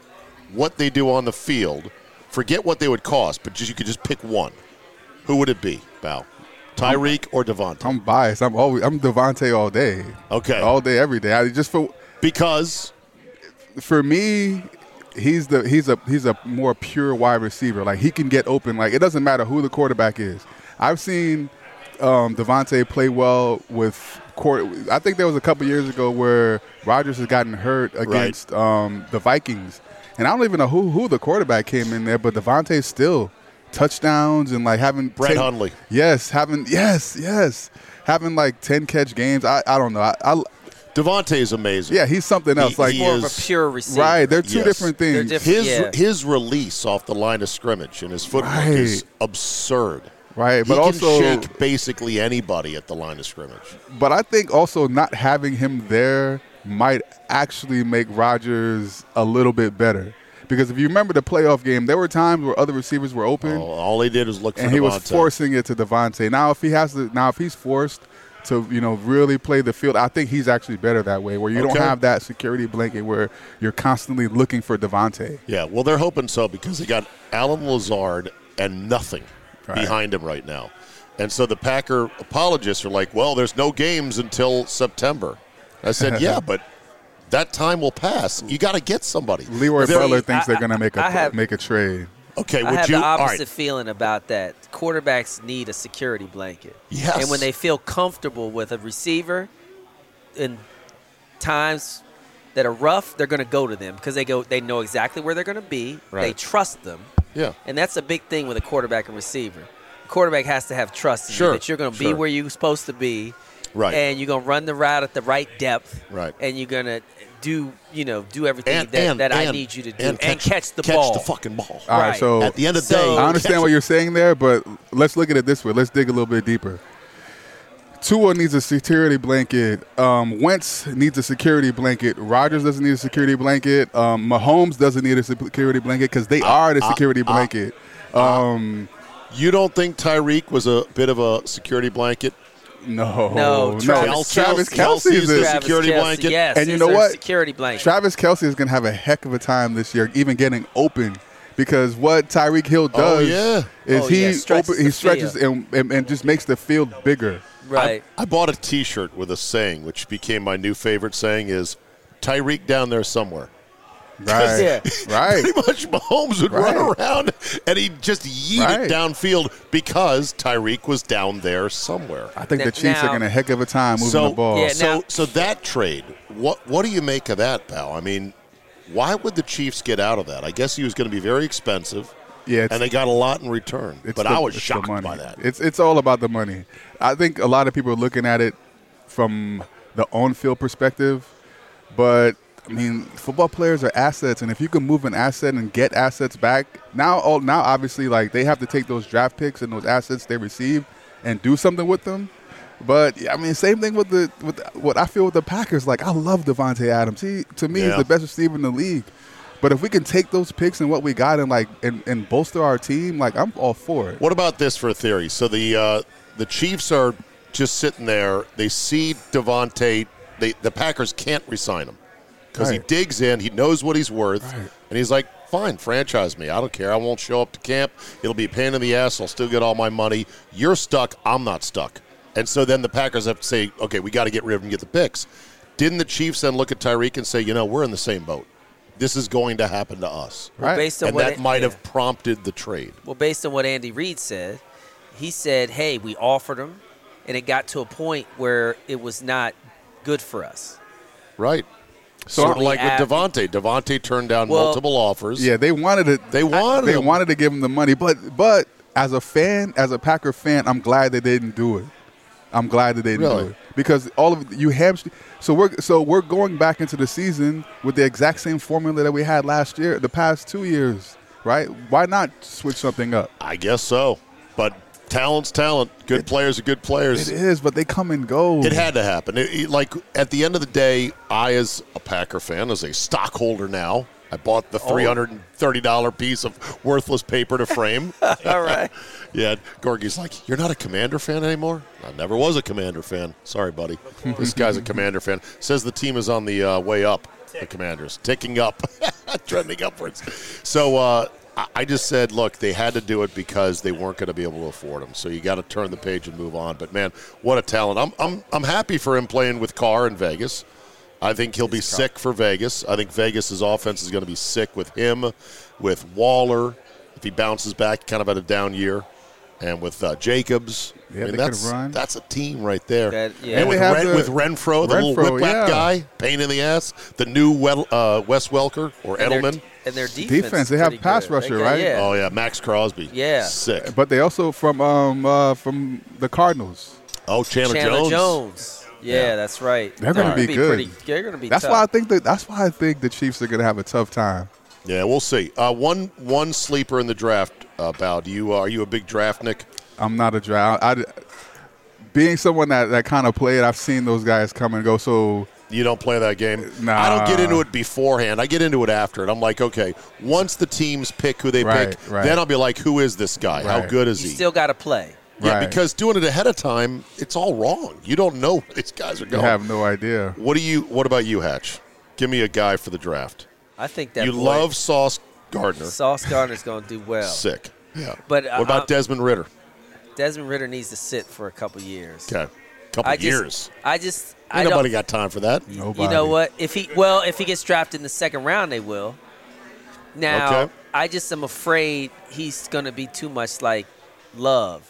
A: what they do on the field, forget what they would cost, but just, you could just pick one. Who would it be, Bow? Tyreek or Devontae?
C: I'm biased. I'm always I'm Devonte all day.
A: Okay.
C: All day, every day. I just for
A: Because
C: for me, he's the he's a he's a more pure wide receiver. Like he can get open. Like it doesn't matter who the quarterback is. I've seen um, Devontae play well with court. I think there was a couple years ago where Rodgers has gotten hurt against um, the Vikings, and I don't even know who who the quarterback came in there, but Devontae still touchdowns and like having
A: Brett
C: 10
A: Hundley.
C: Yes, having yes, yes, having like ten catch games. I, I don't know. I, I
A: Devontae is amazing.
C: yeah, he's something else. like
A: he
B: More of a
A: is-
B: pure receiver.
C: right, they're two
A: Yes.
C: different things.
B: They're different.
A: his
B: yeah.
A: his release off the line of scrimmage and his footwork
C: Right.
A: is absurd.
C: Right,
A: he
C: but also,
A: can shake basically anybody at the line of scrimmage.
C: but I think also not having him there might actually make Rodgers a little bit better. Because if you remember the playoff game, there were times where other receivers were open
A: All, all he did was look Oh, for
C: and he was
A: Devontae.
C: forcing it to Devontae. Now if he has to, now if he's forced to you know really play the field, I think he's actually better that way, where you
A: Okay.
C: don't have that security blanket where you're constantly looking for Devontae.
A: Yeah, well, they're hoping so because they got Alan Lazard and nothing
C: Right.
A: behind him right now. And so the Packer apologists are like, well, there's no games until September. I
C: [laughs]
A: said, yeah, but that time will pass. You got to get somebody.
C: Leroy
A: They're-
C: Butler thinks
B: I-
C: they're going to make a
B: I have-
C: make a trade.
A: Okay,
B: I
A: would
B: have
A: you?
B: the
A: all
B: opposite
A: right.
B: feeling about that. Quarterbacks need a security blanket.
A: Yes.
B: And when they feel comfortable with a receiver in times that are rough, they're going to go to them because they go they know exactly where they're going to be. They
A: Right.
B: trust them.
A: Yeah.
B: And that's a big thing with a quarterback and receiver. quarterback has to have trust in
A: Sure,
B: you that you're going to
A: sure.
B: be where you're supposed to be,
A: Right.
B: And you're going to run the route at the right depth,
A: Right.
B: And you're going to do you know do everything
A: and
B: that,
A: and,
B: that I
A: and-
B: need you to do
A: and catch,
B: the ball.
A: the fucking ball.
C: All right,
B: Right.
C: so
A: At the end of the
B: So-
A: day,
C: I understand
A: catch
C: what
A: it.
C: you're saying there, but let's look at it this way. Let's dig a little bit deeper. Tua needs a security blanket. Um, Wentz needs a security blanket. Rogers doesn't need a security blanket. Um, Mahomes doesn't need a security blanket because
B: Uh,
C: they are the security blanket.
A: You don't think Tyreek was a bit of a security blanket?
C: no,
B: no, Travis
C: Travis
A: Kelce-
C: Kelsey is
A: Kelce's
C: it.
A: the-
B: Travis
A: security
B: Kelce,
A: blanket.
B: yes,
C: And you
B: he's
C: know
B: their
C: what?
B: Security blanket.
C: Travis Kelsey is going to have a heck of a time this year, even getting open, because what Tyreek Hill
A: Oh,
C: does
A: yeah.
C: is
B: Oh,
C: he
B: yeah, stretches
C: open, he
B: the
C: stretches
B: field.
C: and, and, and just makes the field bigger.
B: right?
A: I bought a T-shirt with a saying, which became my new favorite saying: "Is Tyreek down there [laughs] somewhere?"
B: [laughs]
C: Right,
B: Yeah. [laughs]
C: right.
A: Pretty much, Mahomes would run
C: Right.
A: around and he'd just yeet
C: Right.
A: it downfield because Tyreek was down there somewhere.
C: I think
B: Now-
C: the Chiefs are
B: now-
C: going to heck of a time moving
A: so,
C: the ball.
B: Yeah,
A: so,
B: now-
A: so that trade. What what do you make of that, pal? I mean, why would the Chiefs get out of that? I guess he was going to be very expensive.
C: Yeah, it's-
A: and they got a lot in return.
C: It's
A: But
C: the-
A: I was
C: it's the
A: shocked
C: money.
A: by that.
C: It's it's all about the money. I think a lot of people are looking at it from the on-field perspective, but I mean, football players are assets, and if you can move an asset and get assets back, now all now obviously like they have to take those draft picks and those assets they receive and do something with them. But yeah, I mean, same thing with the with the- what I feel with the Packers. Like I love Devonte Adams. He to me
A: Yeah.
C: is the best receiver in the league. But if we can take those picks and what we got and like and, and bolster our team, like I'm all for it.
A: What about this for a theory? So the uh, the Chiefs are just sitting there. They see Devontae. They, the Packers can't resign him because he
C: Right.
A: digs in. He knows what he's worth,
C: Right.
A: and he's like, "Fine, franchise me. I don't care. I won't show up to camp. It'll be a pain in the ass. I'll still get all my money. You're stuck. I'm not stuck." And so then the Packers have to say, "Okay, we got to get rid of him. Get the picks." Didn't the Chiefs then look at Tyreek and say, "You know, we're in the same boat. This is going to happen to us,"
C: Right.
B: Based on
A: and
B: what
A: that
B: it-
A: might
B: yeah.
A: have prompted the trade.
B: Well, based on what Andy Reid said, he said, "Hey, we offered him, and it got to a point where it was not good for us."
A: Right.
B: So
A: sort of
B: we
A: like
B: add-
A: with Devontae. Devontae turned down
B: Well-
A: multiple offers.
C: Yeah, they wanted it.
A: They wanted
C: They
A: him.
C: wanted to give him the money, but but as a fan, as a Packer fan, I'm glad they didn't do it. I'm glad that they didn't
A: Really?
C: do it because all of you hamstring. So we're so we're going back into the season with the exact same formula that we had last year, the past two years, right? Why not switch something up?
A: I guess so. But talent's talent. Good players are good players.
C: It is, but they come and go.
A: It had to happen. It- it- like at the end of the day, I, as a Packer fan, as a stockholder now, I bought the
B: Oh.
A: three hundred and thirty dollar piece of worthless paper to
B: [laughs]
A: frame.
B: All right.
A: [laughs] yeah, Gorgy's like, you're not a Commander fan anymore. I never was a Commander fan. Sorry, buddy. this guy's a Commander fan. Says the team is on the uh, way up. The Commanders ticking up, [laughs] trending upwards. So. Uh, I- I just said, look, they had to do it because they weren't going to be able to afford him. So you got to turn the page and move on. But man, what a talent! I'm, I'm, I'm happy for him playing with Carr in Vegas. I think he'll be sick for Vegas. I think Vegas' offense is going to be sick with him, with Waller, if he bounces back, kind of had a down year, and with uh, Jacobs.
C: Yeah, they could
A: that's,
C: run.
A: that's a team right there.
B: That- yeah.
A: And
B: And
A: with,
C: they have
A: Ren,
C: the-
A: with Renfro, the little
C: Renfro,
A: whipwhap
C: yeah.
A: guy, pain in the ass, the new Wel, uh, Wes Welker or
B: And their,
A: Edelman.
B: and their defense.
C: Defense,
B: is
C: they have
B: pretty
C: pass
B: good.
C: rusher,
B: They got-
C: right?
B: Yeah.
A: Oh, yeah, Max Crosby.
B: Yeah.
A: Sick.
C: but they also from um uh, from the Cardinals.
A: Oh, Chandler,
B: Chandler
A: Jones.
B: Jones. Yeah, that's right.
C: They're gonna be good.
B: Pretty, they're going to be.
C: That's
B: tough.
C: why I think that that's why I think the Chiefs are going to have a tough time.
A: Yeah, we'll see. Uh, one one sleeper in the draft, uh, Bao. Do you, uh, are you a big draftnik?
C: I'm not a draft. I, being someone that, that kind of played, I've seen those guys come and go. So
A: You don't play that game.
C: Nah.
A: I don't get into it beforehand. I get into it after it. I'm like, okay, once the teams pick who they
C: Right,
A: pick,
C: right.
A: then I'll be like, who is this guy? How
C: Right.
A: good is
B: you
A: he?
B: still got to play.
A: yeah,
C: Right.
A: because doing it ahead of time, it's all wrong. You don't know where these guys are
C: you
A: going.
C: have no idea.
A: What do you? What about you, Hatch? Give me a guy for the draft.
B: I think that
A: you
B: boy,
A: love Sauce Gardner.
B: Sauce Gardner's going to do well.
A: Sick. Yeah.
B: But, uh,
A: what about
B: I'm-
A: Desmond Ritter?
B: Desmond Ritter needs to sit for a couple years.
A: Okay, couple
B: I just,
A: years.
B: I just. I
A: Ain't
B: don't,
A: nobody got time for that.
B: You
C: Nobody.
B: know what? If he well, if he gets drafted in the second round, they will. Now,
A: Okay.
B: I just am afraid he's going to be too much like Love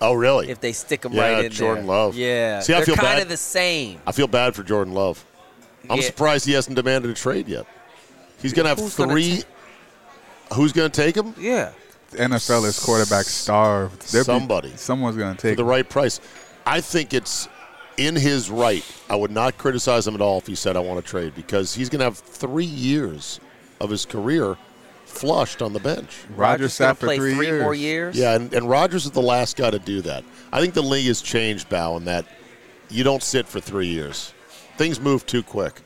A: Oh, really?
B: if they stick him
A: Yeah,
B: right in
A: Jordan
B: there.
A: Love.
B: Yeah,
A: See, I
B: they're
A: feel
B: kind
A: bad.
B: of the same.
A: I feel bad for Jordan Love. I'm
B: Yeah.
A: surprised he hasn't demanded a trade yet. He's going to have
B: Who's gonna
A: three.
B: take-
A: who's going to take him?
B: Yeah,
C: NFL is quarterback starved. There'd be-
A: Somebody.
C: someone's gonna
A: for
C: take.
A: the right price. I think it's in his right. I would not criticize him at all if he said, I want to trade, because he's going to have three years of his career flushed on the bench.
C: Roger
B: gonna
C: sat for
B: play
C: three, years.
B: more years.
A: Yeah, and, and Rodgers is the last guy to do that. I think the league has changed, Bow, in that you don't sit for three years. Things move too quick.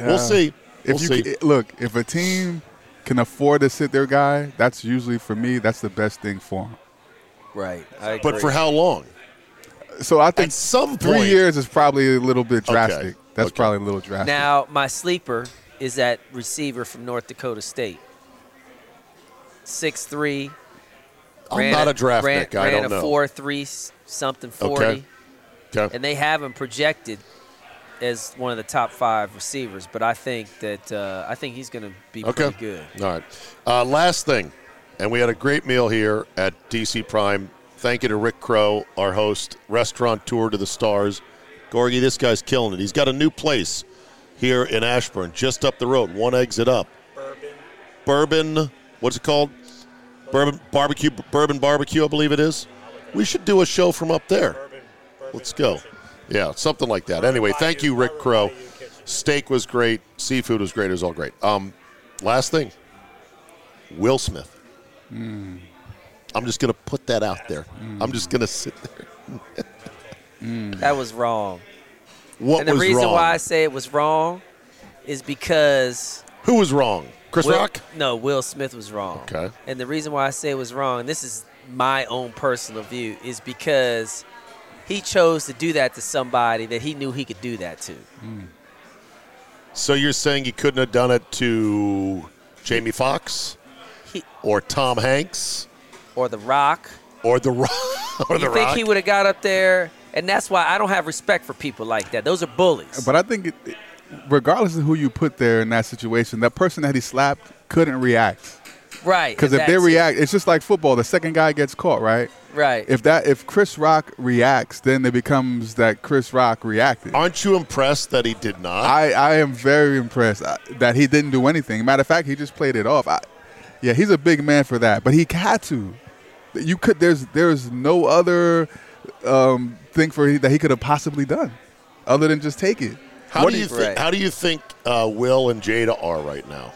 A: We'll see.
C: If
A: we'll
C: you
A: see.
C: c- look, if a team can afford to sit their guy, that's usually for me. That's the best thing for him.
B: Right. I agree.
A: but for how long?
C: So I think
A: At some
C: three
A: point-
C: years is probably a little bit drastic. That's
A: okay.
C: probably a little drastic.
B: Now, my sleeper is that receiver from North Dakota State. Six three.
A: I'm not a draft
B: ran,
A: pick. I
B: ran
A: don't
B: a
A: know.
B: four three something forty,
A: Okay. Okay.
B: and they have him projected as one of the top five receivers. But I think that uh, I think he's going to be
A: Okay.
B: pretty good.
A: All right. Uh, last thing, and we had a great meal here at DC Prime. Thank you to Rick Crow, our host, restaurant tour to the stars. Gorgie, this guy's killing it. He's got a new place here in Ashburn, just up the road, one exit up. Bourbon. Bourbon. What's it called? Bourbon barbecue. Bourbon barbecue, I believe it is. We should do a show from up there. Let's go. Yeah, something like that. Anyway, thank you, Rick Crow. Steak was great. Seafood was great. It was all great. Um, last thing, Will Smith.
B: Hmm.
A: I'm just gonna put that out there. I'm just gonna sit there.
B: That was wrong.
A: What
B: And the
A: was
B: reason
A: wrong?
B: why I say it was wrong is because
A: Who was wrong? Chris
B: Will-
A: Rock.
B: No, Will Smith was wrong.
A: Okay.
B: And the reason why I say it was wrong, and this is my own personal view, is because he chose to do that to somebody that he knew he could do that to.
A: So you're saying he couldn't have done it to Jamie Foxx
B: He,
A: or Tom Hanks
B: or The Rock.
A: or the Rock [laughs] or the
B: you think
A: Rock?
B: he would have got up there? And that's why I don't have respect for people like that. Those are bullies.
C: But I think, it, it- regardless of who you put there in that situation, that person that he slapped couldn't react.
B: right.
C: Because if they
B: that's-
C: react, it's just like football. The second guy gets caught, right?
B: Right.
C: If that, if Chris Rock reacts, then it becomes that Chris Rock reacted.
A: Aren't you impressed that he did not?
C: I, I am very impressed uh, that he didn't do anything. Matter of fact, he just played it off. I, yeah, he's a big man for that, but he had to. You could. There's there's no other um, thing for that he could have possibly done, other than just take it.
A: How
C: What
A: do you
B: do
A: think?
B: you- Right.
A: How do you think uh, Will and Jada are right now?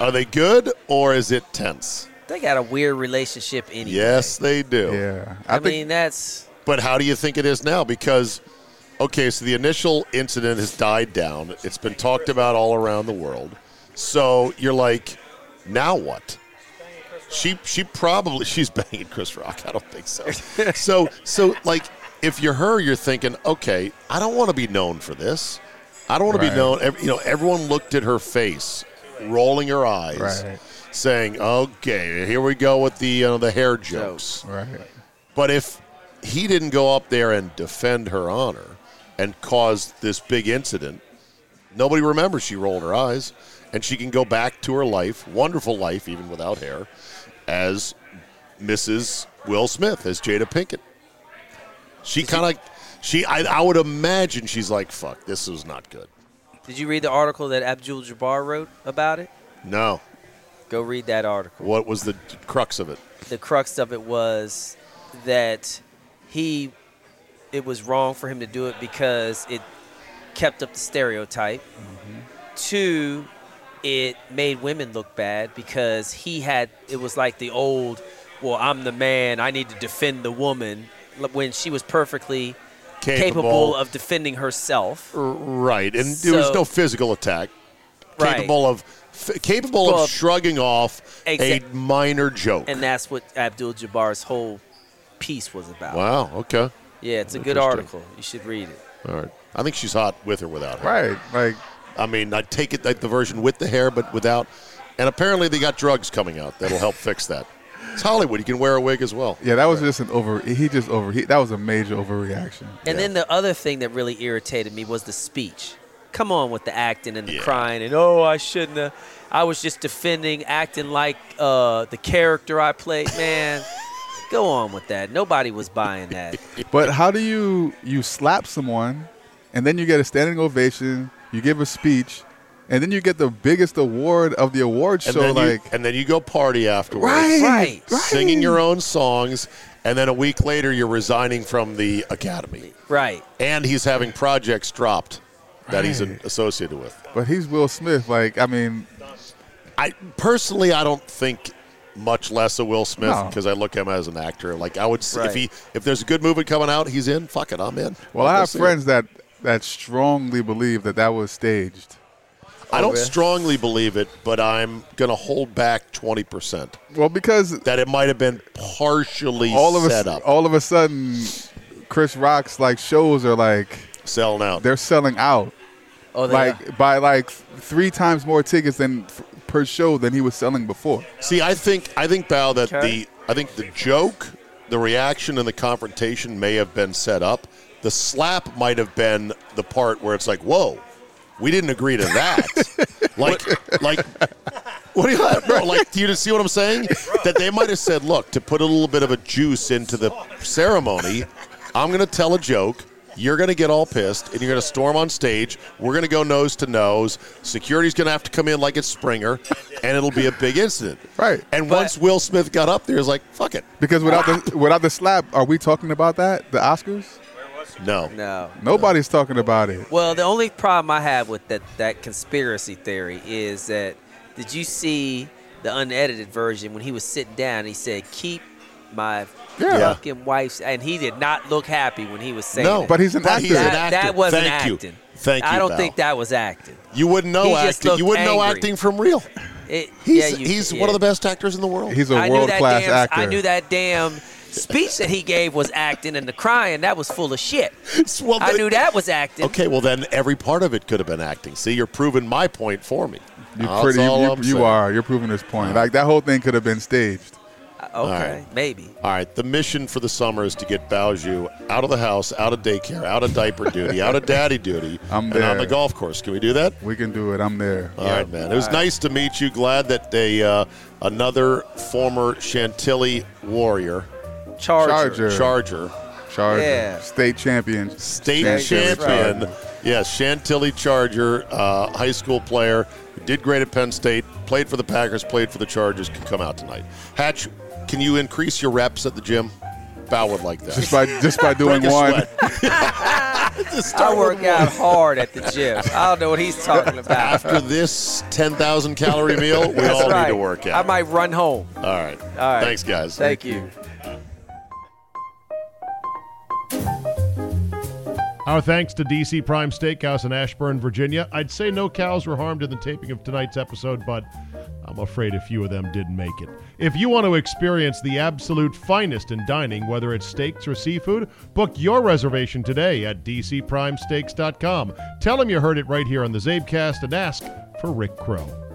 A: Are they good or is it tense?
B: they got a weird relationship anyway.
A: Yes, they do.
C: Yeah,
B: I,
C: think-
B: mean, that's
A: But how do you think it is now? Because, okay, so the initial incident has died down. It's been talked about all around the world. So you're like, now what? She she probably [laughs] she's banging Chris Rock. I don't think
C: [laughs]
A: so. so so like if you're her, you're thinking, okay, I don't want to be known for this. I don't want to be
C: Right.
A: known. ev- You know, everyone looked at her face, rolling her eyes,
C: Right.
A: saying, okay, here we go with the uh, the hair jokes.
C: right.
A: But if he didn't go up there and defend her honor and cause this big incident, nobody remembers she rolled her eyes. And she can go back to her life, wonderful life, even without hair, as Mrs. Will Smith, as Jada Pinkett. She kind of, she, I, I would imagine she's like, fuck, this is not good.
B: Did you read the article that Abdul Jabbar wrote about it?
A: No.
B: Go read that article.
A: What was the crux of it?
B: the crux of it was that he it was wrong for him to do it because it kept up the stereotype
C: Mm-hmm.
B: two it made women look bad because he had it was like the old well i'm the man i need to defend the woman l- when she was perfectly capable, of defending herself
A: R- Right, and there was
B: So-
A: no physical attack.
B: Right.
A: Capable of f- capable
B: Well,
A: of shrugging off
B: exa-
A: a minor joke.
B: and that's what abdul jabbar's whole piece was about
A: wow. Okay.
B: yeah it's a good
A: Interesting.
B: article you should read it
A: All right. I think she's hot with or without hair.
C: Right. Like
A: I mean, I take it like the version with the hair, but without. And apparently, they got drugs coming out that'll help fix that. It's Hollywood. You can wear a wig as well.
C: yeah, that was just an over. He just over. He, that was a major overreaction.
B: And then the other thing that really irritated me was the speech. Come on with the acting and the
A: Yeah.
B: crying and oh I shouldn't have. I was just defending acting like uh, the character I played. [laughs] Man, go on with that. Nobody was buying that.
C: But how do you you slap someone, and then you get a standing ovation? You give a speech, and then you get the biggest award of the award
A: And
C: show.
A: then
C: like,
A: you, and then you go party afterwards,
C: right,
B: Right.
A: singing your own songs, and then a week later you're resigning from the academy,
B: Right.
A: and he's having projects dropped that he's he's associated with.
C: But he's Will Smith. Like, I mean,
A: I personally, I don't think much less of Will Smith
C: No.
A: because I look at him as an actor. Like I would, s if
B: Right.
A: he if there's a good movie coming out, he's in. Fuck it, I'm in.
C: well,
A: I'll
C: I
A: go
C: have
A: see it.
C: friends that that strongly believe that that was staged.
A: I don't
C: yeah.
A: strongly believe it, but I'm gonna hold back twenty percent
C: Well, because
A: that it might have been partially
C: all of
A: set
C: a
A: up.
C: all of a sudden, Chris Rock's like shows are like
A: Selling out.
C: they're selling out
B: Oh, they
C: like by like three times more tickets than f- per show than he was selling before.
A: See, I think I think Bao that
B: Okay.
A: the I think the joke, the reaction, and the confrontation may have been set up. The slap might have been the part where it's like, "Whoa, we didn't agree to that." like, like, what do you no, like? Do you see what I'm saying? That they might have said, "Look, to put a little bit of a juice into the ceremony, I'm going to tell a joke." You're going to get all pissed and you're going to storm on stage. We're going to go nose to nose. Security's going to have to come in like it's Springer and it'll be a big incident.
C: Right.
A: And
B: But-
A: once Will Smith got up there, he was like, fuck it.
C: Because
B: [laughs]
C: without the without the slap, are we talking about that? The Oscars?
A: No.
B: no.
C: Nobody's talking about it.
B: Well, the only problem I have with that that conspiracy theory is that did you see the unedited version when he was sitting down? He said, "Keep my
C: Yeah.
B: fucking wife's," and he did not look happy when he was saying
A: No,
B: it.
C: But he's an
A: But
C: actor.
A: he's an
B: that,
A: actor.
B: that wasn't
A: Thank you.
B: acting.
A: Thank you,
B: I don't
A: Val.
B: think that was acting.
A: You wouldn't know
B: He just
A: acting.
B: looked
A: You wouldn't know
B: angry.
A: acting from real.
B: It,
A: He's,
B: yeah, you-
A: he's
B: yeah.
A: one of the best actors in the world. [laughs]
C: He's
B: I
C: a
B: knew
C: world
B: that
C: class
B: damn-
C: actor.
B: I knew that damn speech that he gave was acting, and the crying that was full of shit.
A: Well,
B: I
A: then-
B: knew that was acting.
A: Okay, well then every part of it could have been acting. See, you're proving my point for me.
C: You
A: That's
C: pretty, you,
A: all
C: you-
A: I'm
C: you
A: saying.
C: are. You're proving this point. Like that whole thing could have been staged.
B: Okay,
A: right.
B: maybe.
A: All right, the mission for the summer is to get Baoju out of the house, out of daycare, out of
C: [laughs]
A: diaper duty, out of daddy duty,
C: I'm
A: and
C: there.
A: on the golf course. Can we do that?
C: We can do it. I'm there.
A: All right, man. It was nice to meet you. Glad that they uh, another former Chantilly Warrior
C: Charger.
A: Charger,
C: Charger.
B: Yeah.
C: State champion.
A: [laughs] state
C: Chantilly
A: champion.
C: Charger.
A: Yes, Chantilly Charger, uh, high school player who did great at Penn State, played for the Packers, played for the Chargers. Can come out tonight. Hatch, can you increase your reps at the gym? Bow would like
C: Just
A: that.
C: by just by
A: [laughs]
C: doing
A: Break a [laughs]
C: one.
A: sweat. Just
B: I
A: start with
B: work out hard at the gym. I don't know what
A: [laughs]
B: he's talking about.
A: After this 10,000 calorie meal, we all need to work out.
B: I might run home.
A: All right. All
B: right.
A: Thanks, guys.
B: Thank you.
D: Our thanks to DC Prime Steakhouse in Ashburn, Virginia. I'd say no cows were harmed in the taping of tonight's episode, but I'm afraid a few of them didn't make it. If you want to experience the absolute finest in dining, whether it's steaks or seafood, book your reservation today at dcprimesteaks.com. Tell them you heard it right here on the Zabecast and ask for Rick Crow.